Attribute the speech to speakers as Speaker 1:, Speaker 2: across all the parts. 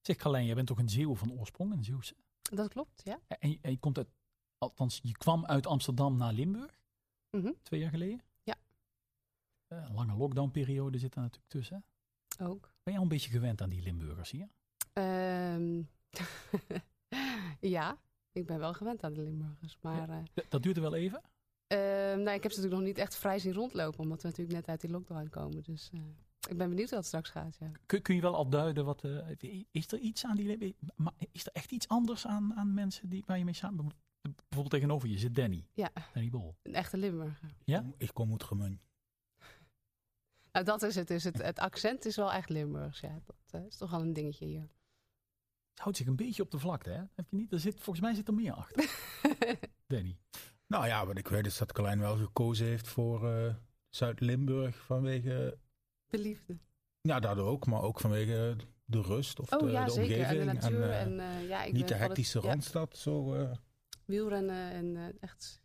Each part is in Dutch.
Speaker 1: Zeg Carlijn, jij bent toch een Zeeuw van oorsprong, een Zeeuwse?
Speaker 2: Dat klopt, ja.
Speaker 1: En, je- en je komt uit, althans, je kwam uit Amsterdam naar Limburg
Speaker 2: Mhm.
Speaker 1: twee jaar geleden.
Speaker 2: Ja.
Speaker 1: Eh, Een lange lockdownperiode zit daar natuurlijk tussen. hè?
Speaker 2: Ook.
Speaker 1: Ben je al een beetje gewend aan die Limburgers hier?
Speaker 2: Ehm, ja, ik ben wel gewend aan de Limburgers. Maar eh,
Speaker 1: D- Dat duurde wel even.
Speaker 2: ehm, nou, ik heb ze natuurlijk nog niet echt vrij zien rondlopen. Omdat we natuurlijk net uit die lockdown komen. Dus eh, ik ben benieuwd hoe dat straks gaat. Ja.
Speaker 1: Kun, kun je wel al duiden wat. eh, is er iets aan die. Lim- Maar is er echt iets anders aan, aan mensen die, waar je mee samen. Bijvoorbeeld tegenover je zit Danny.
Speaker 2: Ja.
Speaker 1: Danny Bol.
Speaker 2: Een echte Limburger.
Speaker 1: Ja?
Speaker 3: Ik kom uit Gemun.
Speaker 2: Nou, dat is het. Dus het, het accent is wel echt Limburgs. Ja. Dat eh, is toch wel een dingetje hier.
Speaker 1: Het houdt zich een beetje op de vlakte, hè? Heb je niet? Er zit, volgens mij zit er meer achter. Danny.
Speaker 3: Nou ja, wat ik weet is dat Carlijn wel gekozen heeft voor eh, Zuid-Limburg vanwege...
Speaker 2: De liefde.
Speaker 3: Ja, daardoor ook, maar ook vanwege de rust of
Speaker 2: Oh
Speaker 3: de,
Speaker 2: ja,
Speaker 3: de
Speaker 2: zeker.
Speaker 3: omgeving.
Speaker 2: En de natuur. En,
Speaker 3: eh,
Speaker 2: eh, ja, ik ben
Speaker 3: niet de
Speaker 2: van het-
Speaker 3: hectische
Speaker 2: ja,
Speaker 3: randstad. Zo, eh.
Speaker 2: wielrennen en eh, echt...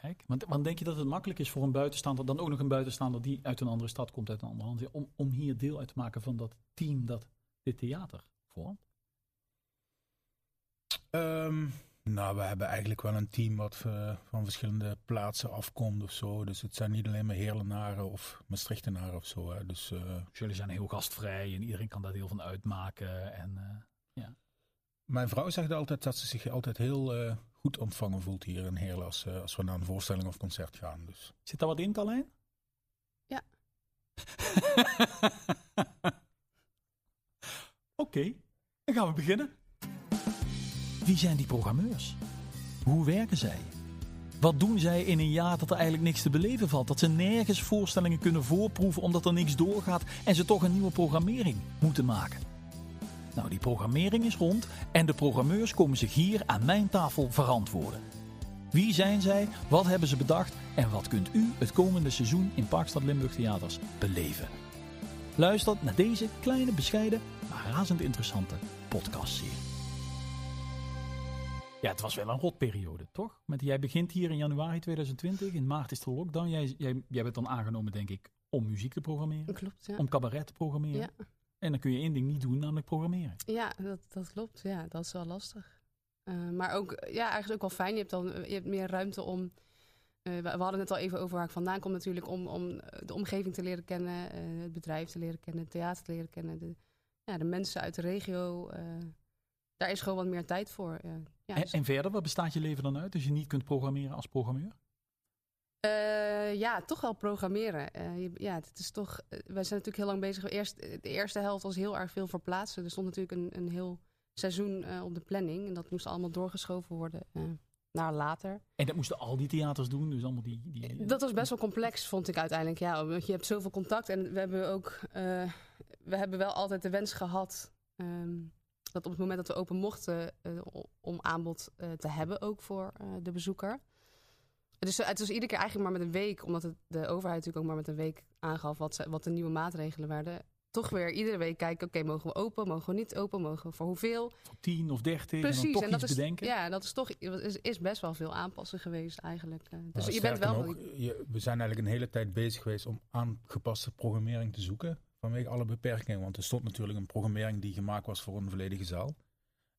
Speaker 1: Kijk, want, want denk je dat het makkelijk is voor een buitenstaander, dan ook nog een buitenstaander die uit een andere stad komt, uit een ander land, om, om hier deel uit te maken van dat team dat dit theater vormt?
Speaker 3: Ehm, nou, we hebben eigenlijk wel een team wat eh, van verschillende plaatsen afkomt of zo. Dus het zijn niet alleen maar Heerlenaren of Maastrichtenaren of zo. Hè. Dus eh,
Speaker 1: Dus jullie zijn heel gastvrij en iedereen kan daar deel van uitmaken. En, eh,
Speaker 3: mijn vrouw zegt altijd dat ze zich altijd heel eh, goed ontvangen voelt hier in Heerlen als, eh, als we naar een voorstelling of concert gaan. Dus.
Speaker 1: Zit daar wat in, Carlijn?
Speaker 2: Ja.
Speaker 1: Oké, dan gaan we beginnen. Wie zijn die programmeurs? Hoe werken zij? Wat doen zij in een jaar dat er eigenlijk niks te beleven valt? Dat ze nergens voorstellingen kunnen voorproeven omdat er niks doorgaat en ze toch een nieuwe programmering moeten maken? Nou, die programmering is rond en de programmeurs komen zich hier aan mijn tafel verantwoorden. Wie zijn zij? Wat hebben ze bedacht? En wat kunt u het komende seizoen in Parkstad Limburg Theaters beleven? Luister naar deze kleine, bescheiden, maar razend interessante podcastserie. Ja, het was wel een rotperiode, toch? Met, jij begint hier in januari 2020, in maart is de lockdown. Jij, jij, jij bent dan aangenomen, denk ik, om muziek te programmeren,
Speaker 2: Klopt, ja.
Speaker 1: om cabaret te programmeren.
Speaker 2: Ja.
Speaker 1: En dan kun je één ding niet doen, namelijk programmeren.
Speaker 2: Ja, dat, dat klopt. Ja, dat is wel lastig. Eh, maar ook, ja, eigenlijk ook wel fijn. Je hebt dan eh, je hebt meer ruimte om. eh, we, we hadden het al even over waar ik vandaan kom, natuurlijk. Om, om eh, de omgeving te leren kennen, eh, het bedrijf te leren kennen, het theater te leren kennen. De, ja, de mensen uit de regio. eh, daar is gewoon wat meer tijd voor. ja. ja,
Speaker 1: en,
Speaker 2: dus-
Speaker 1: en verder, wat bestaat je leven dan uit als je niet kunt programmeren als programmeur?
Speaker 2: Eh, ja, toch wel programmeren. Eh, je- ja, het is toch, eh, wij zijn natuurlijk heel lang bezig. Eerst, eh, de eerste helft was heel erg veel verplaatsen. Er stond natuurlijk een, een heel seizoen eh, op de planning. En dat moest allemaal doorgeschoven worden eh, naar later.
Speaker 1: En dat moesten al die theaters doen, dus allemaal die... die
Speaker 2: Eh, Dat was best wel complex, vond ik uiteindelijk. Ja, want je hebt zoveel contact. En we hebben ook, eh, we hebben wel altijd de wens gehad. ehm, dat op het moment dat we open mochten, eh, o- om aanbod eh, te hebben ook voor eh, de bezoeker. Dus het was iedere keer eigenlijk maar met een week, omdat het, de overheid natuurlijk ook maar met een week aangaf wat, ze, wat de nieuwe maatregelen werden. Toch weer iedere week kijken, oké, mogen we open, mogen we niet open, mogen we voor hoeveel?
Speaker 1: Voor tien of dertig en dan
Speaker 2: Precies,
Speaker 1: toch
Speaker 2: en
Speaker 1: iets
Speaker 2: dat is,
Speaker 1: bedenken.
Speaker 2: ja, dat is toch is, is best wel veel aanpassen geweest eigenlijk. Eh, Dus
Speaker 3: Maar
Speaker 2: je bent
Speaker 3: Nou, sterker
Speaker 2: wel
Speaker 3: nog, je- we zijn eigenlijk een hele tijd bezig geweest om aangepaste programmering te zoeken. Vanwege alle beperkingen. Want er stond natuurlijk een programmering die gemaakt was voor een volledige zaal.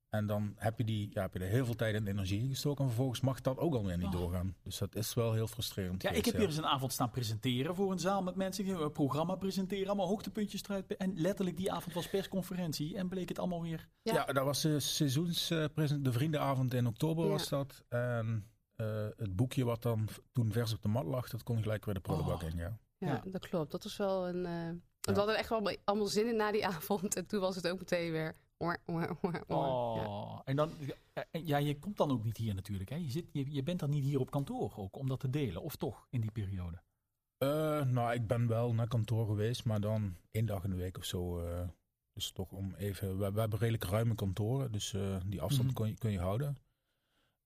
Speaker 3: En dan heb je, die, ja, heb je er heel veel tijd en energie in gestoken. En vervolgens mag dat ook alweer niet
Speaker 1: Oh.
Speaker 3: doorgaan. Dus dat is wel heel frustrerend.
Speaker 1: Ja, ik
Speaker 3: geweest,
Speaker 1: heb hier eens een avond staan presenteren voor een zaal met mensen. die een programma presenteren, allemaal hoogtepuntjes eruit. En letterlijk die avond was persconferentie en bleek het allemaal weer...
Speaker 3: Ja, dat was de seizoenspresent, de vriendenavond in oktober
Speaker 2: Ja.
Speaker 3: was dat. En eh, het boekje wat dan v- toen vers op de mat lag, dat kon gelijk weer de prullenbak
Speaker 1: Oh.
Speaker 3: in. Ja.
Speaker 2: Ja,
Speaker 1: Ja.
Speaker 2: dat klopt. Dat was wel een. eh, We hadden er echt wel allemaal- allemaal zin in na die avond. En toen was het ook meteen weer. oor, oor, oor, oor. Ja.
Speaker 1: Oh, en dan... en Ja, je komt dan ook niet hier natuurlijk. Hè? Je, zit, je, je bent dan niet hier op kantoor ook, om dat te delen. Of toch, in die periode.
Speaker 3: Eh, nou, ik ben wel naar kantoor geweest, maar dan één dag in de week of zo. eh, dus toch om even. We, we hebben redelijk ruime kantoren, dus eh, die afstand
Speaker 1: Mhm.
Speaker 3: kun, je, kun je houden.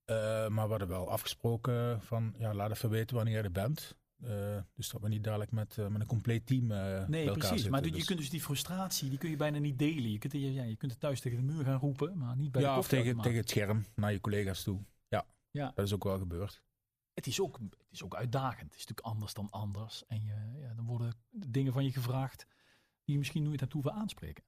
Speaker 3: Eh, maar we hadden wel afgesproken van ja, laat even weten wanneer je er bent. Eh, dus dat we niet dadelijk met, eh, met een compleet team. eh, bij
Speaker 1: Nee,
Speaker 3: elkaar
Speaker 1: precies.
Speaker 3: zitten.
Speaker 1: maar je
Speaker 3: Dus-
Speaker 1: kunt dus die frustratie, die kun je bijna niet delen. Je kunt, ja, ja, je kunt het thuis tegen de muur gaan roepen, maar niet bij de
Speaker 3: ja, of tegen,
Speaker 1: koffieautomaat.
Speaker 3: tegen het scherm naar je collega's toe. Ja,
Speaker 1: Ja.
Speaker 3: dat is ook wel gebeurd.
Speaker 1: het is, ook, het is ook uitdagend. Het is natuurlijk anders dan anders. En je, ja, dan worden dingen van je gevraagd die je misschien nooit hebt hoeven aanspreken.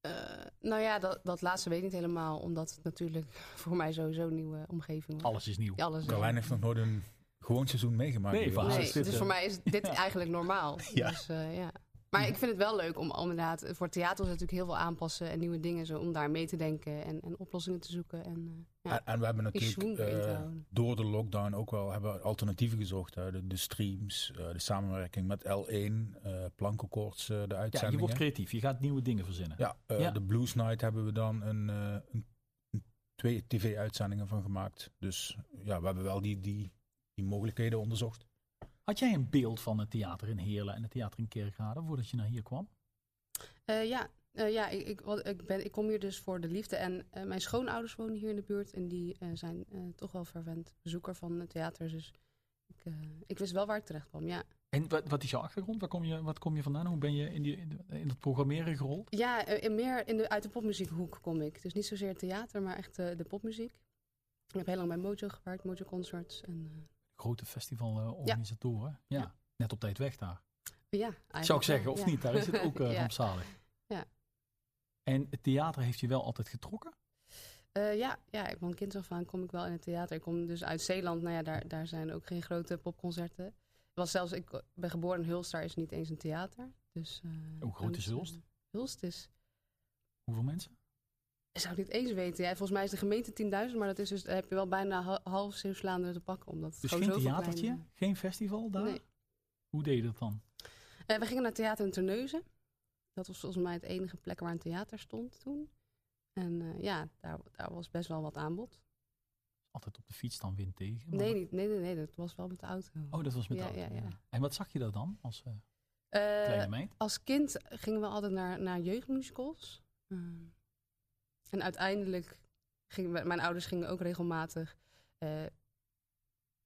Speaker 2: Eh, Nou ja, dat, dat laatste weet ik niet helemaal. Omdat het natuurlijk voor mij sowieso een nieuwe omgeving was.
Speaker 1: Alles is nieuw.
Speaker 2: Ja, Alles. is-
Speaker 3: Carlijn heeft nog nooit een gewoon seizoen meegemaakt.
Speaker 1: Nee,
Speaker 3: Jeroen.
Speaker 1: verhaal.
Speaker 2: Nee,
Speaker 1: is dit,
Speaker 2: dus
Speaker 1: eh,
Speaker 2: voor mij is dit
Speaker 1: ja.
Speaker 2: eigenlijk normaal.
Speaker 1: Ja.
Speaker 2: Dus, eh, ja. Maar ik vind het wel leuk om, om inderdaad... eh, Voor theater is natuurlijk heel veel aanpassen en nieuwe dingen. Zo, om daar mee te denken en, en oplossingen te zoeken. En eh, ja,
Speaker 3: En, en we hebben
Speaker 2: die swing
Speaker 3: natuurlijk
Speaker 2: erin te
Speaker 3: eh,
Speaker 2: houden.
Speaker 3: door de lockdown ook wel hebben we alternatieven gezocht. hè. De, de streams, eh, de samenwerking met L1, eh plankenkoorts, eh, de
Speaker 1: Ja, je
Speaker 3: uitzendingen.
Speaker 1: wordt creatief. Je gaat nieuwe dingen verzinnen.
Speaker 3: Ja, eh,
Speaker 1: Ja.
Speaker 3: de Blues Night hebben we dan een, eh, een- een- twee tv-uitzendingen van gemaakt. Dus ja, we hebben wel die, die, die mogelijkheden onderzocht.
Speaker 1: Had jij een beeld van het theater in Heerlen en het theater in Kerkrade voordat je naar hier kwam?
Speaker 2: Eh, ja, eh, ja ik, ik, wat- ik, ben, ik kom hier dus voor de liefde. En eh, mijn schoonouders wonen hier in de buurt. En die eh, zijn eh, toch wel verwend bezoeker van het theater. Dus ik, eh, ik wist wel waar ik terecht kwam, ja.
Speaker 1: En wat, wat is jouw achtergrond? Waar kom je, wat kom je vandaan? Hoe ben je in, die, in, de- in het programmeren gerold?
Speaker 2: Ja, eh, in meer in de, uit de popmuziekhoek kom ik. Dus niet zozeer theater, maar echt eh, de popmuziek. Ik heb heel lang bij Mojo gewerkt, Mojo Concerts. En,
Speaker 1: Grote festivalorganisatoren. Ja.
Speaker 2: Ja.
Speaker 1: Net op tijd weg daar.
Speaker 2: eh, ja, eigenlijk
Speaker 1: Zou ik
Speaker 2: wel,
Speaker 1: zeggen, of
Speaker 2: ja.
Speaker 1: niet? Daar is het ook eh
Speaker 2: Ja.
Speaker 1: rampzalig.
Speaker 2: Ja.
Speaker 1: En het theater heeft je wel altijd getrokken?
Speaker 2: Eh, ja, ja, ik van kind af aan kom ik wel in het theater. Ik kom dus uit Zeeland. Nou ja, daar, daar zijn ook geen grote popconcerten. Ik Was zelfs, ik ben geboren in Hulst, daar is niet eens een theater. Dus, eh,
Speaker 1: Hoe groot
Speaker 2: dan
Speaker 1: is Hulst?
Speaker 2: eh, Hulst is,
Speaker 1: Hoeveel mensen?
Speaker 2: zou ik niet eens weten. Ja, volgens mij is de gemeente 10.000, maar dat is dus, daar heb je wel bijna ha- half Zeeuws-Vlaanderen te pakken. Omdat het
Speaker 1: Dus
Speaker 2: gewoon
Speaker 1: geen
Speaker 2: zoveel
Speaker 1: theatertje?
Speaker 2: kleine-
Speaker 1: Geen festival daar?
Speaker 2: Nee.
Speaker 1: Hoe deed je dat dan?
Speaker 2: Eh, we gingen naar Theater in Terneuzen. Dat was volgens mij het enige plek waar een theater stond toen. En eh, ja, daar, daar was best wel wat aanbod.
Speaker 1: Altijd op de fiets dan wind tegen? maar-
Speaker 2: Nee, niet, nee, nee, nee, dat was wel met de auto.
Speaker 1: Oh, dat was met de
Speaker 2: Ja,
Speaker 1: auto,
Speaker 2: ja, ja.
Speaker 1: ja. En wat zag je daar dan als eh,
Speaker 2: Eh,
Speaker 1: kleine meid?
Speaker 2: als kind gingen we altijd naar, naar jeugdmusicals. Eh,
Speaker 1: Mm.
Speaker 2: en uiteindelijk gingen we- mijn ouders gingen ook regelmatig. eh,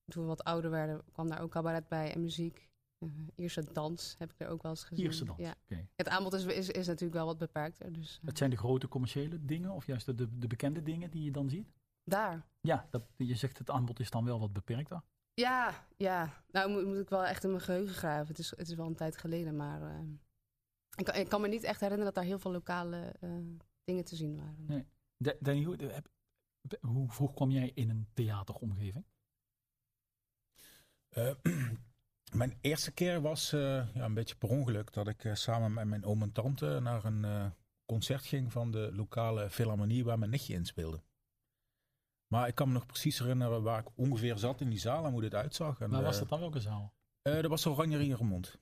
Speaker 2: toen we wat ouder werden, kwam daar ook cabaret bij en muziek. Eh Ierse dans heb ik er ook wel eens gezien.
Speaker 1: Ierse Mm-hmm. dans.
Speaker 2: Ja.
Speaker 1: Oké.
Speaker 2: Het aanbod is, is, is natuurlijk wel wat beperkter. Dus, eh,
Speaker 1: Het zijn de grote commerciële dingen of juist de, de, de bekende dingen die je dan ziet?
Speaker 2: daar.
Speaker 1: Ja, dat, je zegt het aanbod is dan wel wat beperkter.
Speaker 2: Ja, ja. Nou moet, moet ik wel echt in mijn geheugen graven. Het is, het is wel een tijd geleden, maar eh, ik, kan- ik kan me niet echt herinneren dat daar heel veel lokale eh, dingen te zien waren.
Speaker 1: Nee. Da- Danny, hoe, heb- hoe vroeg kwam jij in een theateromgeving?
Speaker 3: Eh, mijn eerste keer was eh, ja, een beetje per ongeluk dat ik eh, samen met mijn oom en tante naar een eh, concert ging van de lokale filharmonie waar mijn nichtje in speelde. Maar ik kan me nog precies herinneren waar ik ongeveer zat in die zaal en hoe dit uitzag. En,
Speaker 1: Waar was
Speaker 3: eh,
Speaker 1: dat dan welke zaal?
Speaker 3: eh, dat was Oranjerie in Remond.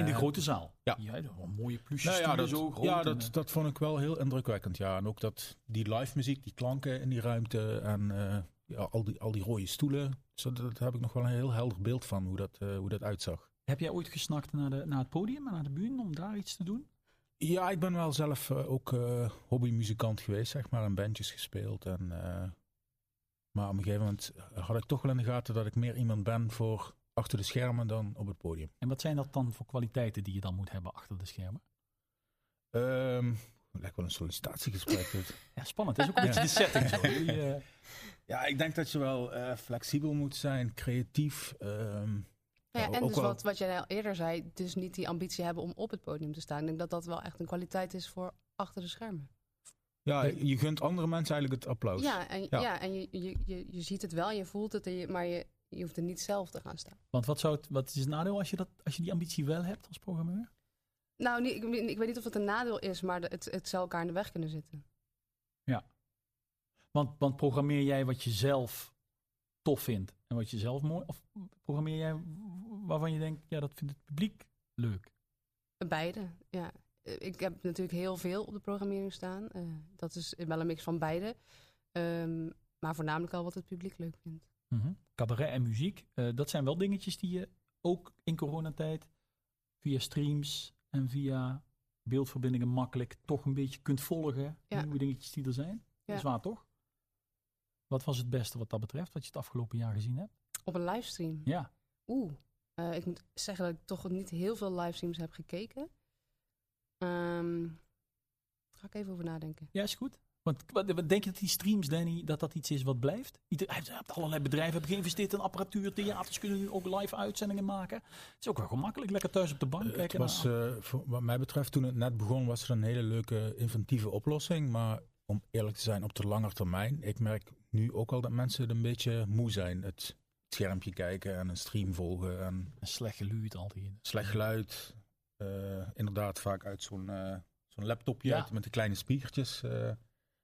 Speaker 1: In de
Speaker 3: eh,
Speaker 1: grote zaal.
Speaker 3: ja.
Speaker 1: dat was een mooie plusjes.
Speaker 3: Nou ja,
Speaker 1: stoelen
Speaker 3: dat,
Speaker 1: zo groot
Speaker 3: ja
Speaker 1: en,
Speaker 3: dat,
Speaker 1: eh,
Speaker 3: dat vond ik wel heel indrukwekkend. Ja. En ook dat, die live muziek, die klanken in die ruimte en eh, ja, al, die, al die rode stoelen. Dus dat, dat heb ik nog wel een heel helder beeld van hoe dat, eh, hoe dat uitzag.
Speaker 1: Heb jij ooit gesnakt naar, de, naar het podium en naar de bühne om daar iets te doen?
Speaker 3: Ja, ik ben wel zelf eh, ook eh, hobbymuzikant geweest, zeg maar, en bandjes gespeeld. En, eh, maar op een gegeven moment had ik toch wel in de gaten dat ik meer iemand ben voor achter de schermen dan op het podium.
Speaker 1: En wat zijn dat dan voor kwaliteiten die je dan moet hebben achter de schermen?
Speaker 3: Ehm, het lijkt wel een sollicitatiegesprek. dus- dit.
Speaker 1: Ja, spannend. Het is ook een beetje de setting. Zo. Jullie, eh,
Speaker 3: ja, ik denk dat je wel eh, flexibel moet zijn, creatief. ehm,
Speaker 2: Nou ja,
Speaker 3: Ja,
Speaker 2: en
Speaker 3: ook
Speaker 2: dus
Speaker 3: wel-
Speaker 2: wat, wat jij al eerder zei, dus niet die ambitie hebben om op het podium te staan. Ik denk dat dat wel echt een kwaliteit is voor achter de schermen.
Speaker 3: ja, je gunt andere mensen eigenlijk het applaus.
Speaker 2: Ja, en, ja.
Speaker 3: Ja.
Speaker 2: en je, je, je, je ziet het wel en je voelt het, en je, maar je, je hoeft er niet zelf te gaan staan.
Speaker 1: want wat, zou het, wat is het nadeel als je, dat, als je die ambitie wel hebt als programmeur?
Speaker 2: Nou, niet, ik, weet- ik weet niet of het een nadeel is, maar het, het zou elkaar in de weg kunnen zitten.
Speaker 1: Want, want programmeer jij wat je zelf tof vindt en wat je zelf mooi... Of programmeer jij waarvan je denkt, ja, dat vindt het publiek leuk?
Speaker 2: Beide, ja. Eh, Ik heb natuurlijk heel veel op de programmering staan. Eh, dat is wel een mix van beide. Ehm, maar voornamelijk al wat het publiek leuk vindt.
Speaker 1: Mhm. Cabaret en muziek, eh, dat zijn wel dingetjes die je ook in coronatijd via streams en via beeldverbindingen makkelijk toch een beetje kunt volgen.
Speaker 2: Ja.
Speaker 1: Nieuwe dingetjes die er zijn. Dat is
Speaker 2: Ja.
Speaker 1: waar, toch? Wat was het beste wat dat betreft, wat je het afgelopen jaar gezien hebt?
Speaker 2: Op een livestream.
Speaker 1: Ja,
Speaker 2: Oeh. Eh, ik moet zeggen dat ik toch niet heel veel livestreams heb gekeken. Ehm ga ik even over nadenken.
Speaker 1: ja is goed. Want wat- wat denk je dat die streams, Danny, dat dat iets is wat blijft? Ieder, hij heeft allerlei bedrijven hebben geïnvesteerd in apparatuur. Theaters kunnen nu ook live uitzendingen maken. Het is ook wel gemakkelijk. Lekker thuis op de bank
Speaker 3: Het
Speaker 1: kijken.
Speaker 3: was,
Speaker 1: naar-
Speaker 3: eh, voor, wat mij betreft, toen het net begon, was er een hele leuke inventieve oplossing. Maar om eerlijk te zijn, op de lange termijn, ik merk nu ook al dat mensen er een beetje moe zijn. Het schermpje kijken en een stream volgen en
Speaker 1: een slecht geluid altijd.
Speaker 3: slecht geluid. Eh, inderdaad, vaak uit zo'n eh, zo'n laptopje
Speaker 1: Ja.
Speaker 3: uit met die kleine spiegeltjes. eh.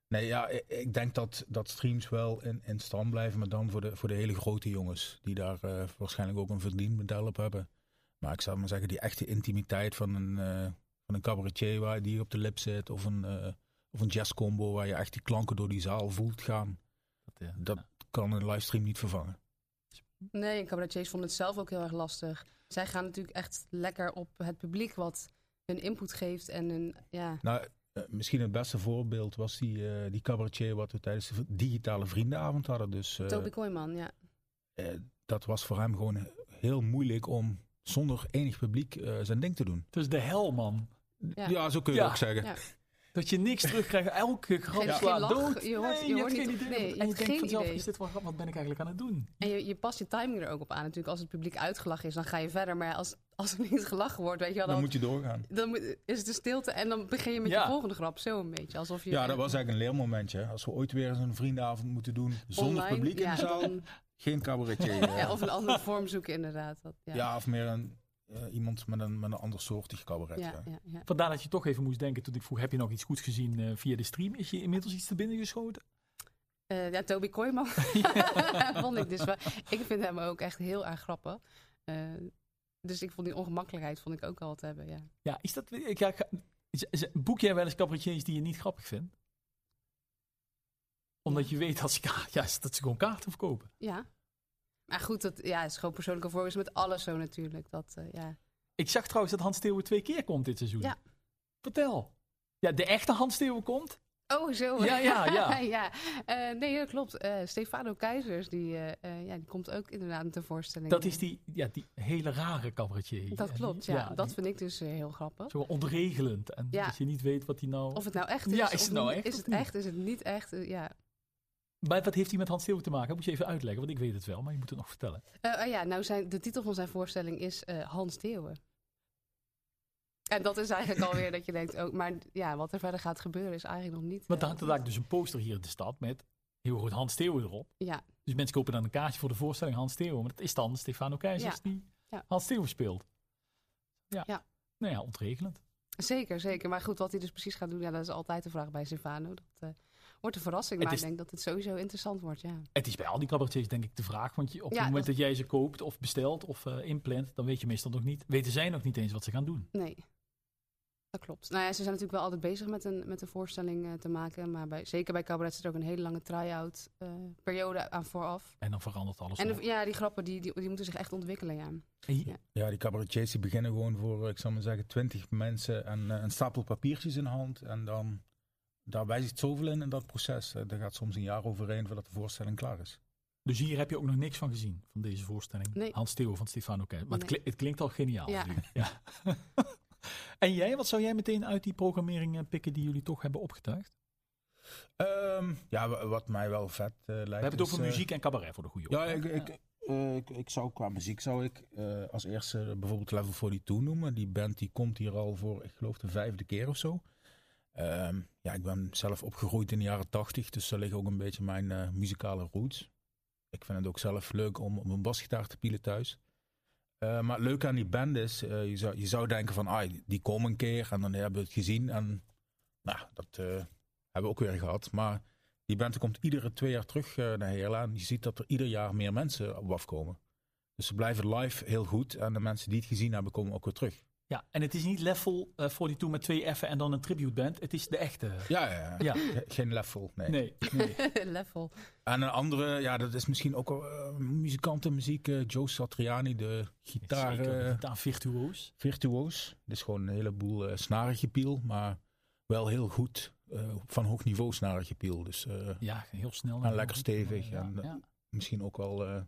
Speaker 3: nee, ja, ik, ik denk dat, dat streams wel in, in stand blijven, maar dan voor de, voor de hele grote jongens. Die daar eh, waarschijnlijk ook een verdienmodel op hebben. Maar ik zou maar zeggen, die echte intimiteit van een, eh, van een cabaretier waar die op de lip zit. Of een, eh, of een jazzcombo waar je echt die klanken door die zaal voelt gaan.
Speaker 1: Dat, eh,
Speaker 3: Dat kan een livestream niet vervangen. Hm?
Speaker 2: Nee, en cabaretiers vonden het zelf ook heel erg lastig. Zij gaan natuurlijk echt lekker op het publiek wat hun input geeft en hun, ja...
Speaker 3: Nou, eh, misschien het beste voorbeeld was die, eh, die cabaretier wat we tijdens de digitale vriendenavond hadden. Dus eh,
Speaker 2: Toby Kooijman, ja.
Speaker 3: eh, dat was voor hem gewoon heel moeilijk om zonder enig publiek eh, zijn ding te doen.
Speaker 1: Het is Dus de hel, man.
Speaker 3: Ja,
Speaker 2: Ja.
Speaker 3: zo kun je
Speaker 1: Ja.
Speaker 3: ook zeggen.
Speaker 2: Ja.
Speaker 1: Dat je niks terugkrijgt. Elke grap
Speaker 2: Geen-
Speaker 1: slaat
Speaker 2: geen lach.
Speaker 1: dood.
Speaker 2: Je hoort-
Speaker 1: nee,
Speaker 2: je hoort
Speaker 1: hebt
Speaker 2: niet
Speaker 1: geen
Speaker 2: op-
Speaker 1: idee.
Speaker 2: nee, je
Speaker 1: en je
Speaker 2: hebt
Speaker 1: denkt
Speaker 2: geen
Speaker 1: vanzelf,
Speaker 2: idee.
Speaker 1: is dit wel grap? Wat ben ik eigenlijk aan het doen?
Speaker 2: En je, je past je timing er ook op aan natuurlijk. Als het publiek uitgelachen is, dan ga je verder. Maar ja, als, als er niet gelachen wordt, weet je wel,
Speaker 3: Dan
Speaker 2: dan,
Speaker 3: moet je doorgaan.
Speaker 2: dan moet- is het de stilte en dan begin je met
Speaker 1: Ja.
Speaker 2: je volgende grap. Zo een beetje, alsof je...
Speaker 3: Ja, dat was eigenlijk een leermomentje. hè. Als we ooit weer eens een vriendenavond moeten doen zonder
Speaker 2: online-
Speaker 3: publiek in
Speaker 2: ja,
Speaker 3: de zaal,
Speaker 2: dan-
Speaker 3: geen cabaretier. eh.
Speaker 2: ja, of een andere vorm zoeken inderdaad. Dat, ja.
Speaker 3: ja. of meer een, eh, iemand met een, met een ander soortig cabaret.
Speaker 2: Ja,
Speaker 3: ja.
Speaker 2: ja, ja.
Speaker 1: Vandaar dat je toch even moest denken toen ik vroeg, heb je nog iets goeds gezien eh, via de stream? Is je inmiddels iets te binnen geschoten?
Speaker 2: Eh, ja, Toby Kooijman vond ik dus wel. Ik vind hem ook echt heel erg grappig. Eh, dus ik vond die ongemakkelijkheid vond ik ook al wat hebben, ja.
Speaker 1: Ja, is dat... Ik, ja, ik ga- is- is- boek jij wel eens cabaretiers die je niet grappig vindt? Omdat je weet dat ze, ka- ja, dat ze gewoon kaarten verkopen.
Speaker 2: Ja. Maar goed, dat ja, is gewoon persoonlijke voorkeur. Is met alles zo natuurlijk. Dat, eh, ja.
Speaker 1: Ik zag trouwens dat Hans Steeuwen twee keer komt dit seizoen.
Speaker 2: Ja.
Speaker 1: Vertel. Ja, de echte Hans Steeuwen komt.
Speaker 2: Oh, zo.
Speaker 1: Ja, ja, ja.
Speaker 2: ja. Eh, nee, dat klopt. Eh, Stefano Keizers, die, eh, eh, ja, die komt ook inderdaad met de voorstelling.
Speaker 1: Dat is die, ja, die hele rare cabaretier.
Speaker 2: Dat
Speaker 1: En
Speaker 2: klopt,
Speaker 1: die-
Speaker 2: ja. dat
Speaker 1: die-
Speaker 2: vind ik dus eh, heel grappig.
Speaker 1: Zo onregelend. En
Speaker 2: Ja.
Speaker 1: dat je niet weet wat hij nou...
Speaker 2: Of het nou echt is.
Speaker 1: Ja, is het
Speaker 2: of
Speaker 1: nou
Speaker 2: niet-
Speaker 1: echt
Speaker 2: Is
Speaker 1: of
Speaker 2: het
Speaker 1: niet?
Speaker 2: echt, is het niet echt? eh, ja.
Speaker 1: Maar wat heeft hij met Hans Steeuwen te maken? Dat moet je even uitleggen, want ik weet het wel, maar je moet het nog vertellen.
Speaker 2: Eh, oh ja, nou zijn, de titel van zijn voorstelling is eh, Hans Theeuwen. En dat is eigenlijk alweer dat je denkt, oh, maar ja, wat er verder gaat gebeuren is eigenlijk nog niet...
Speaker 1: Want
Speaker 2: eh,
Speaker 1: dan hangt er daar dus een poster hier in de stad met heel groot Hans Steeuwen erop.
Speaker 2: Ja,
Speaker 1: Dus mensen kopen dan een kaartje voor de voorstelling Hans Steeuwen. Maar dat is dan Stefano Keizers
Speaker 2: Ja.
Speaker 1: die
Speaker 2: Ja.
Speaker 1: Hans Steeuwen speelt. Ja.
Speaker 2: Ja.
Speaker 1: Nou ja, ontregelend.
Speaker 2: zeker, zeker. Maar goed, wat hij dus precies gaat doen, ja, dat is altijd de vraag bij Silvano. Dat eh, wordt een verrassing,
Speaker 1: Het
Speaker 2: maar
Speaker 1: is-
Speaker 2: ik denk dat het sowieso interessant wordt, ja.
Speaker 1: Het is bij al die cabaretiers denk ik de vraag. Want je, op
Speaker 2: Ja,
Speaker 1: het moment
Speaker 2: dat-
Speaker 1: dat jij ze koopt of bestelt of eh, inplant, dan weet je meestal nog niet, weten zij nog niet eens wat ze gaan doen.
Speaker 2: Nee, dat klopt. Nou ja, ze zijn natuurlijk wel altijd bezig met een, met een voorstelling eh, te maken. Maar bij, zeker bij Cabaret zit er ook een hele lange try-out eh, periode aan vooraf.
Speaker 1: En dan verandert alles.
Speaker 2: En
Speaker 1: nog.
Speaker 2: de- ja, die grappen die, die, die moeten zich echt ontwikkelen, ja.
Speaker 1: En je-
Speaker 2: ja.
Speaker 3: Ja, die cabaretiers die beginnen gewoon voor, eh, ik zal maar zeggen, twintig mensen en eh, een stapel papiertjes in hand. En dan, daar wijzigt zoveel in in dat proces. Eh, Daar gaat soms een jaar overheen voordat de voorstelling klaar is.
Speaker 1: Dus hier heb je ook nog niks van gezien, van deze voorstelling.
Speaker 2: Nee.
Speaker 1: Hans Theo van Stefano Keijzer. Maar het,
Speaker 2: Nee.
Speaker 1: kli- het klinkt al geniaal
Speaker 2: Ja.
Speaker 1: natuurlijk. Ja. en jij, wat zou jij meteen uit die programmering eh, pikken die jullie toch hebben opgetuigd?
Speaker 3: Ehm, ja, wa- wat mij wel vet eh, lijkt.
Speaker 1: We hebben het
Speaker 3: is,
Speaker 1: over
Speaker 3: eh,
Speaker 1: muziek en cabaret voor de goede
Speaker 3: Ja,
Speaker 1: orde.
Speaker 3: ik, ik, eh, ik, ik zou qua muziek zou ik eh, als eerste bijvoorbeeld Level 42 noemen. Die band die komt hier al voor, ik geloof, de vijfde keer of zo. Ehm, ja, ik ben zelf opgegroeid in de jaren tachtig, dus daar liggen ook een beetje mijn eh, muzikale roots. Ik vind het ook zelf leuk om op een basgitaar te pielen thuis. Eh, maar het leuke aan die band is, eh, je, zou, je zou denken van, ah, die komen een keer en dan hebben we het gezien. En nou, dat eh, hebben we ook weer gehad. Maar die band komt iedere twee jaar terug eh, naar Heerla. En je ziet dat er ieder jaar meer mensen op afkomen. Dus ze blijven live heel goed. En de mensen die het gezien hebben, komen ook weer terug.
Speaker 1: Ja, en het is niet level eh 42 met twee F'en en dan een tribute band. Het is de echte.
Speaker 3: Ja, ja, ja.
Speaker 1: Ja,
Speaker 3: Ge- Geen level, nee.
Speaker 1: nee. nee.
Speaker 2: Level.
Speaker 3: En een andere, ja, dat is misschien ook wel, eh, muzikantenmuziek. eh, Joe Satriani, de gitaar, eh,
Speaker 1: Daar virtuoos.
Speaker 3: virtuoos. Het is gewoon een heleboel eh snarengepiel. Maar wel heel goed, eh, van hoog niveau snarengepiel. Dus eh,
Speaker 1: Ja, heel snel.
Speaker 3: En lekker stevig,
Speaker 1: Ja,
Speaker 3: en-
Speaker 1: ja.
Speaker 3: misschien ook wel... eh,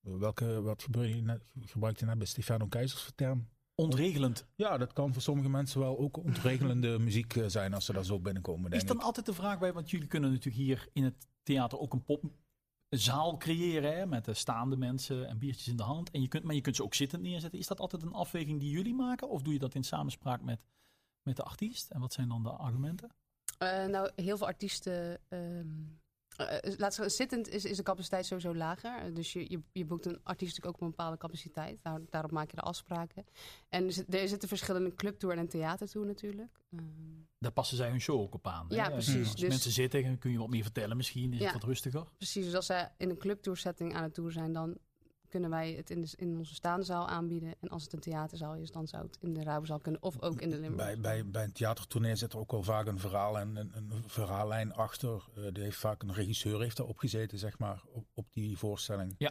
Speaker 3: Welke, wat gebruik je net- gebruikte je net bij Stefano Keizers voor term?
Speaker 1: Ontregelend.
Speaker 3: Ja, dat kan voor sommige mensen wel ook ontregelende muziek eh, zijn als ze daar zo binnenkomen. Denk
Speaker 1: Is dan
Speaker 3: ik.
Speaker 1: altijd de vraag bij, want jullie kunnen natuurlijk hier in het theater ook een popzaal creëren. Hè, met eh, staande mensen en biertjes in de hand. En je kunt, maar je kunt ze ook zittend neerzetten. Is dat altijd een afweging die jullie maken? Of doe je dat in samenspraak met, met de artiest? En wat zijn dan de argumenten?
Speaker 2: Eh, nou, heel veel artiesten. ehm eh, laat ik zeggen, zittend is, is de capaciteit sowieso lager. Eh, Dus je, je, je boekt een artiest natuurlijk ook op een bepaalde capaciteit. Daar- daarop maak je de afspraken. En er, zit- er zitten verschillende clubtour en een theatertour natuurlijk. Ehm,
Speaker 1: Daar passen zij hun show ook op aan. hè?
Speaker 2: Ja,
Speaker 1: Als-
Speaker 2: precies,
Speaker 1: Als
Speaker 2: dus-
Speaker 1: mensen zitten, dan kun je wat meer vertellen misschien. Is
Speaker 2: Ja.
Speaker 1: het wat rustiger?
Speaker 2: Precies, dus als zij in een clubtoursetting aan het tour zijn, dan kunnen wij het in, de, in onze staanzaal aanbieden. En als het een theaterzaal is, dan zou het in de Rabozaal kunnen of ook in de Limburg.
Speaker 3: Bij, bij, bij een theatertournee zit er ook wel vaak een verhaal en een, een verhaallijn achter. Eh die heeft vaak een regisseur heeft daarop gezeten, zeg maar, op, op die voorstelling.
Speaker 1: Ja.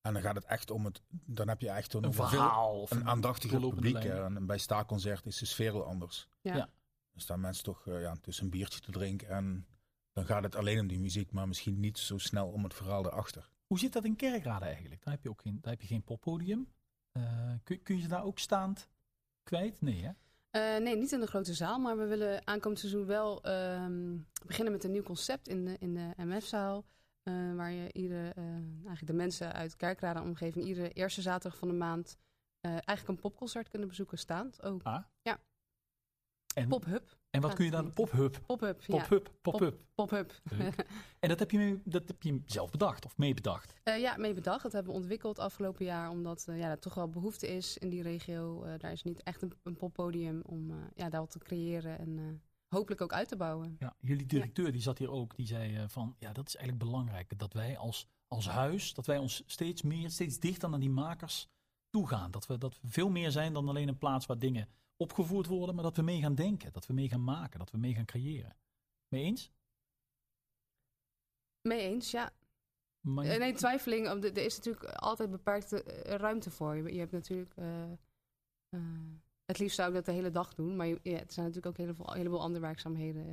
Speaker 3: En dan gaat het echt om het. Dan heb je echt een,
Speaker 1: Een verhaal. Of
Speaker 3: een aandachtiger
Speaker 1: doorlopende
Speaker 3: publiek.
Speaker 1: lijn.
Speaker 3: hè. En bij staanconcert is de sfeer heel anders.
Speaker 2: Ja.
Speaker 1: Ja.
Speaker 3: Er staan mensen toch eh, ja, tussen een biertje te drinken en dan gaat het alleen om die muziek, maar misschien niet zo snel om het verhaal erachter.
Speaker 1: Hoe zit dat in kerkraden eigenlijk? Daar heb je ook geen, daar heb je geen poppodium. Eh, kun, kun je ze daar ook staand kwijt? Nee, hè?
Speaker 2: Eh, nee, niet in de grote zaal, maar we willen aankomend seizoen wel ehm, beginnen met een nieuw concept in de, in de MF-zaal. eh, waar je iedere, eh, eigenlijk de mensen uit Kerkraden en omgeving iedere eerste zaterdag van de maand eh, eigenlijk een popconcert kunnen bezoeken staand. Ook
Speaker 1: Ah.
Speaker 2: Ja.
Speaker 1: En,
Speaker 2: pop-up.
Speaker 1: en wat kun je
Speaker 2: Ah,
Speaker 1: dan? Pop-up.
Speaker 2: Pop-up, ja.
Speaker 1: Pop-up. Pop-up.
Speaker 2: Pop-up.
Speaker 1: Leuk. En dat heb, je, mee- dat heb je zelf bedacht of meebedacht.
Speaker 2: Eh, ja, mee bedacht. Dat hebben we ontwikkeld afgelopen jaar, omdat eh, ja, er toch wel behoefte is in die regio. Eh, daar is niet echt een, een poppodium om eh, ja, daar wat te creëren en eh, hopelijk ook uit te bouwen.
Speaker 1: Ja, jullie directeur die zat hier ook, die zei eh, van ja, dat is eigenlijk belangrijk. Dat wij als, als huis, dat wij ons steeds meer, steeds dichter naar die makers toe gaan. Dat we, dat we veel meer zijn dan alleen een plaats waar dingen opgevoerd worden, maar dat we mee gaan denken, dat we mee gaan maken, dat we mee gaan creëren. Mee eens?
Speaker 2: Mee eens, ja.
Speaker 1: Maar
Speaker 2: Eh, nee, twijfeling. om de- Er is natuurlijk altijd beperkte eh, ruimte voor. Je, je hebt natuurlijk... eh, eh, het liefst zou ik dat de hele dag doen, maar je- ja, er zijn natuurlijk ook een heleboel, heleboel andere werkzaamheden. eh,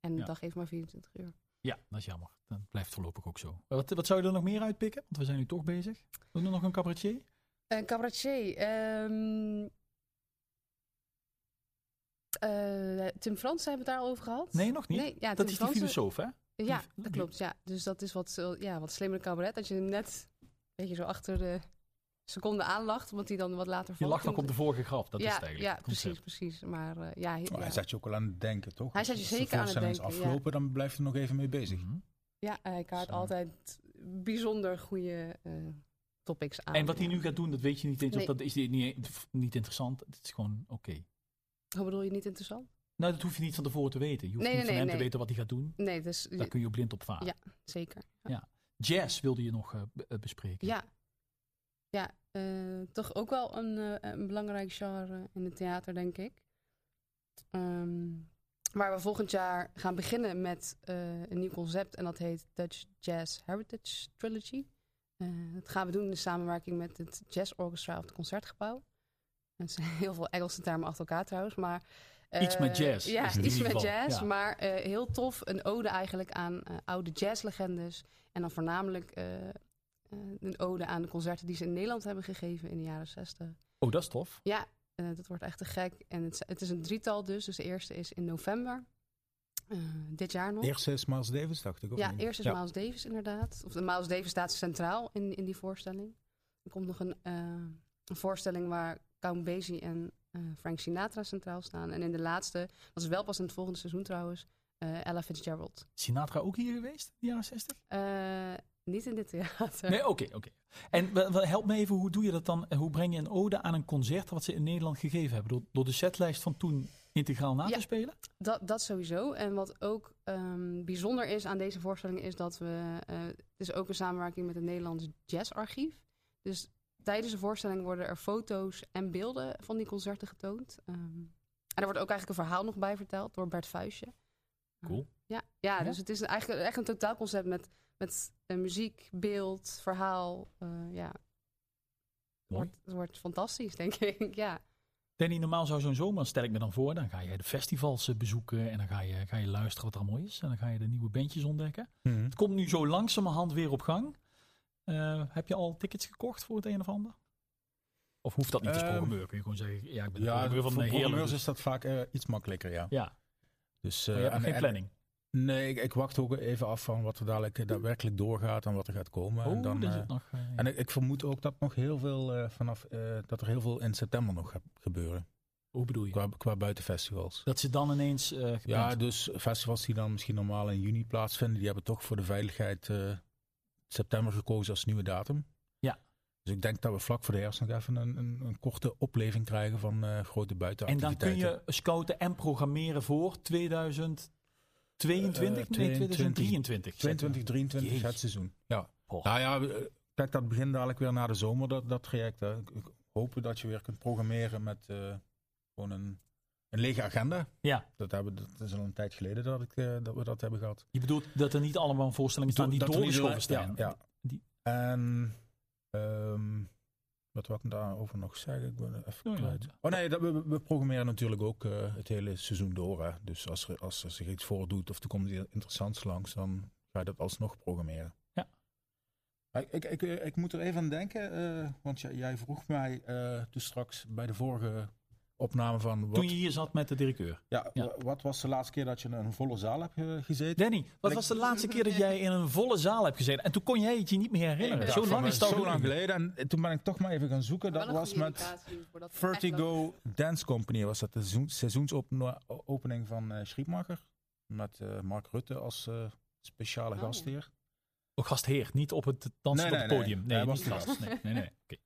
Speaker 2: en de
Speaker 1: Ja.
Speaker 2: dag heeft maar 24 uur.
Speaker 1: Ja, dat is jammer. Dat blijft voorlopig ook zo. Wat, wat zou je er nog meer uitpikken? Want we zijn nu toch bezig. Doen we nog een cabaretier?
Speaker 2: Een Eh, cabaretier. ehm, eh, Tim Fransen hebben we het daar over gehad.
Speaker 1: Nee, nog niet.
Speaker 2: Nee, ja,
Speaker 1: dat
Speaker 2: Tim
Speaker 1: is die
Speaker 2: Fransen-
Speaker 1: filosoof, hè?
Speaker 2: Ja,
Speaker 1: die-
Speaker 2: dat klopt. Ja. Dus dat is wat, eh, ja, wat slimmer cabaret. Dat je hem net een beetje zo achter de seconde aanlacht. Omdat hij dan wat later
Speaker 1: Je
Speaker 2: valt.
Speaker 1: lacht ook op de vorige graf. Dat
Speaker 2: ja,
Speaker 1: is het eigenlijk.
Speaker 2: Ja,
Speaker 1: het
Speaker 2: precies,
Speaker 1: concept.
Speaker 2: precies. Maar eh, ja, he-
Speaker 3: Maar
Speaker 2: ja.
Speaker 3: Oh, Hij zet je ook wel aan het denken, toch?
Speaker 2: Hij zet je
Speaker 3: Als de
Speaker 2: zeker aan het
Speaker 3: voorstelling is
Speaker 2: denken, ja.
Speaker 3: afgelopen, dan blijf je er nog even mee bezig.
Speaker 1: Mhm.
Speaker 2: ja, hij kaart
Speaker 3: Zo.
Speaker 2: altijd bijzonder goede eh, topics aan.
Speaker 1: En wat hij nu gaat doen, dat weet je niet eens.
Speaker 2: Nee.
Speaker 1: Of dat is niet, niet interessant. Het is gewoon oké.
Speaker 2: Hoe bedoel je niet interessant?
Speaker 1: Nou, dat hoef je niet van tevoren te weten. Je hoeft niet
Speaker 2: Nee, nee,
Speaker 1: van
Speaker 2: nee,
Speaker 1: hem te
Speaker 2: nee.
Speaker 1: weten wat hij gaat doen.
Speaker 2: Nee, dus
Speaker 1: Daar kun je op blind op varen.
Speaker 2: Ja. zeker.
Speaker 1: Jazz wilde je nog eh, be- eh, bespreken.
Speaker 2: Ja. Ja, eh, toch ook wel een, eh, een belangrijk genre in het theater, denk ik. Ehm, waar we volgend jaar gaan beginnen met eh, een nieuw concept. En dat heet Dutch Jazz Heritage Trilogy. Eh, dat gaan we doen in samenwerking met het Jazz Orchestra op het Concertgebouw. Dat zijn heel veel Engelse termen achter elkaar trouwens, maar... eh,
Speaker 1: Iets met jazz
Speaker 2: Ja,
Speaker 1: is het in
Speaker 2: iets
Speaker 1: ieder
Speaker 2: met
Speaker 1: geval,
Speaker 2: jazz,
Speaker 1: ja.
Speaker 2: maar eh, heel tof. Een ode eigenlijk aan eh, oude jazzlegendes. En dan voornamelijk eh, eh, een ode aan de concerten die ze in Nederland hebben gegeven in de jaren zestig.
Speaker 1: Oh, dat is tof.
Speaker 2: Ja, eh, dat wordt echt te gek. En het, het is een drietal dus. Dus de eerste is in november. eh, dit jaar nog.
Speaker 3: Eerst is Miles Davis, dacht ik. Of
Speaker 2: Ja,
Speaker 3: niet?
Speaker 2: eerst is Miles Davis inderdaad. Of de Miles Davis staat centraal in, in die voorstelling. Er komt nog een, eh, een voorstelling waar Count Basie en eh, Frank Sinatra centraal staan. En in de laatste, dat is wel pas in het volgende seizoen trouwens, eh, Ella Fitzgerald.
Speaker 1: Sinatra ook hier geweest in de jaren 60?
Speaker 2: Eh, niet in dit theater.
Speaker 1: Nee, oké, oké. En wa- wa- help me even, hoe doe je dat dan? Hoe breng je een ode aan een concert wat ze in Nederland gegeven hebben? Door, door de setlijst van toen integraal na
Speaker 2: Ja.
Speaker 1: te spelen?
Speaker 2: Dat, dat sowieso. En wat ook ehm, bijzonder is aan deze voorstelling is dat we. eh, het is ook een samenwerking met het Nederlands Jazzarchief. Dus tijdens de voorstelling worden er foto's en beelden van die concerten getoond. Ehm, en er wordt ook eigenlijk een verhaal nog bij verteld door Bert Vuistje.
Speaker 1: Cool.
Speaker 2: Ja, ja,
Speaker 1: Ja?
Speaker 2: dus het is eigenlijk echt een totaalconcept met, met eh, muziek, beeld, verhaal. eh, ja. Het
Speaker 1: Mooi.
Speaker 2: wordt, het wordt fantastisch, denk ik. Ja.
Speaker 1: Danny, normaal zou zo'n zomer, stel ik me dan voor, dan ga je de festivals eh, bezoeken en dan ga je, ga je luisteren wat er allemaal is. En dan ga je de nieuwe bandjes ontdekken.
Speaker 3: Mhm.
Speaker 1: Het komt nu zo langzamerhand weer op gang. Eh, heb je al tickets gekocht voor het een of ander? Of hoeft dat niet als
Speaker 3: Ehm,
Speaker 1: programmeur? Kun je gewoon zeggen, ja, ik ben
Speaker 3: Ja,
Speaker 1: programmeur
Speaker 3: voor
Speaker 1: van de Heerlen.
Speaker 3: programmeurs
Speaker 1: Dus,
Speaker 3: is dat vaak eh, iets makkelijker, ja.
Speaker 1: ja,
Speaker 3: Dus,
Speaker 1: maar
Speaker 3: eh,
Speaker 1: je hebt nog
Speaker 3: en-
Speaker 1: geen
Speaker 3: en-
Speaker 1: planning.
Speaker 3: Nee, ik, ik wacht ook even af van wat er dadelijk eh, daadwerkelijk doorgaat en wat er gaat komen. en
Speaker 1: oh,
Speaker 3: dan,
Speaker 1: dan is
Speaker 3: eh,
Speaker 1: het nog... eh, ja.
Speaker 3: En ik, ik vermoed ook dat nog heel veel eh, vanaf eh, dat er heel veel in september nog gaat gebeuren.
Speaker 1: Hoe bedoel je?
Speaker 3: Qua, qua buitenfestivals.
Speaker 1: Dat ze dan ineens... eh, gepland-
Speaker 3: Ja, dus festivals die dan misschien normaal in juni plaatsvinden, die hebben toch voor de veiligheid eh, september gekozen als nieuwe datum.
Speaker 1: Ja.
Speaker 3: Dus ik denk dat we vlak voor de herfst nog even een, een, een korte opleving krijgen van eh, grote
Speaker 1: en dan
Speaker 3: buitenactiviteiten.
Speaker 1: kun je scouten en programmeren voor 2022?
Speaker 3: Eh,
Speaker 1: nee, 2023.
Speaker 3: 22, 23
Speaker 1: Jeetje.
Speaker 3: het seizoen. Ja.
Speaker 1: Goh.
Speaker 3: Nou ja, eh, kijk, dat begint dadelijk weer na de zomer, dat, dat traject. Hè. Ik- ik Hopen dat je weer kunt programmeren met eh, gewoon een, een lege agenda.
Speaker 1: Ja.
Speaker 3: Dat, hebben, dat is al een tijd geleden dat, ik, eh, dat we dat hebben gehad.
Speaker 1: Je bedoelt dat er niet allemaal voorstellingen staan die
Speaker 3: Dat we niet
Speaker 1: doorgeschoven staan?
Speaker 3: door- Ja, ja.
Speaker 1: Die-
Speaker 3: En ehm, wat wil ik daarover nog zeggen? Ik ben even
Speaker 1: Oh, ja.
Speaker 3: kwijt. Oh nee, dat, we, we programmeren natuurlijk ook eh, het hele seizoen door. Hè. Dus als er, als er zich iets voordoet of er komt iets interessants langs, dan ga je dat alsnog programmeren.
Speaker 1: Ja.
Speaker 3: Maar Ik, ik, ik, ik moet er even aan denken, eh, want jij, jij vroeg mij eh, toen straks bij de vorige opname van... Wat,
Speaker 1: Toen je hier zat met de directeur.
Speaker 3: ja,
Speaker 1: ja.
Speaker 3: wa- wat was de laatste keer dat je in een volle zaal hebt eh, gezeten?
Speaker 1: Danny, wat
Speaker 3: Ik-
Speaker 1: was de laatste keer dat jij in een volle zaal hebt gezeten? En toen kon jij het je niet meer herinneren.
Speaker 3: Ik
Speaker 1: zo
Speaker 3: dacht
Speaker 1: lang
Speaker 3: van,
Speaker 1: is het al
Speaker 3: zo
Speaker 1: geleden.
Speaker 3: lang geleden. En toen ben ik toch maar even gaan zoeken. Dat was met Vertigo Dance Company. Was dat de seizoen- seizoensopening van eh Schriepmacher. Met eh, Mark Rutte als eh, speciale
Speaker 2: Oh.
Speaker 3: gastheer.
Speaker 1: Oh, gastheer, niet op het dansen
Speaker 3: Nee,
Speaker 1: op het
Speaker 3: nee,
Speaker 1: podium.
Speaker 3: nee.
Speaker 1: Nee,
Speaker 3: Hij
Speaker 1: niet
Speaker 3: was de
Speaker 1: gast. Nee, nee, nee. Oké.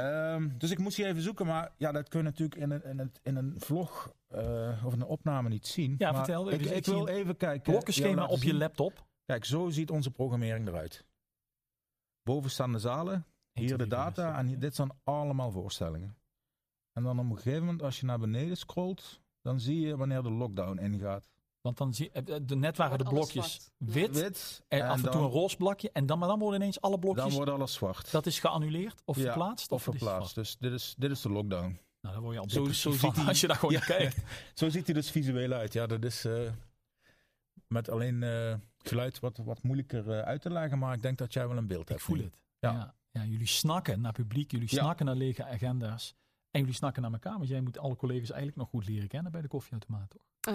Speaker 3: Ehm, dus ik moest hier even zoeken, maar ja, dat kun je natuurlijk in een, in een, in een vlog eh, of een opname niet zien.
Speaker 1: Ja,
Speaker 3: Maar
Speaker 1: vertel.
Speaker 3: Ik,
Speaker 1: Dus
Speaker 3: ik,
Speaker 1: ik zie
Speaker 3: wil
Speaker 1: een
Speaker 3: even kijken. jou
Speaker 1: Blokkenschema
Speaker 3: laten
Speaker 1: op je
Speaker 3: zien.
Speaker 1: laptop.
Speaker 3: Kijk, zo ziet onze programmering eruit. Boven staan de zalen, hier de data en hier- dit zijn allemaal voorstellingen. En dan op een gegeven moment, als je naar beneden scrolt, dan zie je wanneer de lockdown ingaat.
Speaker 1: Want dan zie eh, eh, de net waren de
Speaker 2: Dan wordt alles
Speaker 1: blokjes
Speaker 2: zwart. Ja.
Speaker 1: wit,
Speaker 3: Wit.
Speaker 1: en af en toe
Speaker 3: dan-
Speaker 1: een roze blokje. En dan, maar dan worden ineens alle
Speaker 3: Dan
Speaker 1: blokjes,
Speaker 3: wordt alles zwart.
Speaker 1: dat is geannuleerd of
Speaker 3: Ja,
Speaker 1: verplaatst?
Speaker 3: of
Speaker 1: dat is
Speaker 3: verplaatst. Dus dit is, dit is de lockdown.
Speaker 1: vast. Nou, dan word je al
Speaker 3: Zo-
Speaker 1: depressief
Speaker 3: zo ziet
Speaker 1: van
Speaker 3: die-
Speaker 1: als je daar gewoon
Speaker 3: Ja.
Speaker 1: naar kijkt.
Speaker 3: Zo ziet hij dus visueel uit. Ja, dat is eh, met alleen eh, geluid wat, wat moeilijker eh, uit te leggen. Maar ik denk dat jij wel een beeld
Speaker 1: Ik
Speaker 3: hebt.
Speaker 1: voel
Speaker 3: nu.
Speaker 1: het. Ja.
Speaker 3: Ja.
Speaker 1: Ja, jullie snakken naar publiek, jullie
Speaker 3: Ja.
Speaker 1: snakken naar lege agenda's. En jullie snakken naar elkaar, want jij moet alle collega's eigenlijk nog goed leren kennen bij de koffieautomaat, toch?
Speaker 2: Eh,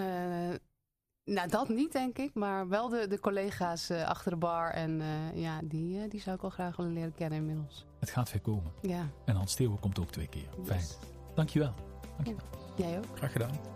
Speaker 2: nou, dat niet, denk ik. Maar wel de, de collega's eh, achter de bar. En eh, ja, die, eh, die zou ik wel graag willen leren kennen inmiddels.
Speaker 1: Het gaat weer komen.
Speaker 2: Ja,
Speaker 1: En Hans Theo komt ook twee keer. Fijn.
Speaker 2: yes.
Speaker 1: Dankjewel. Dankjewel.
Speaker 2: jij ook.
Speaker 3: Graag gedaan.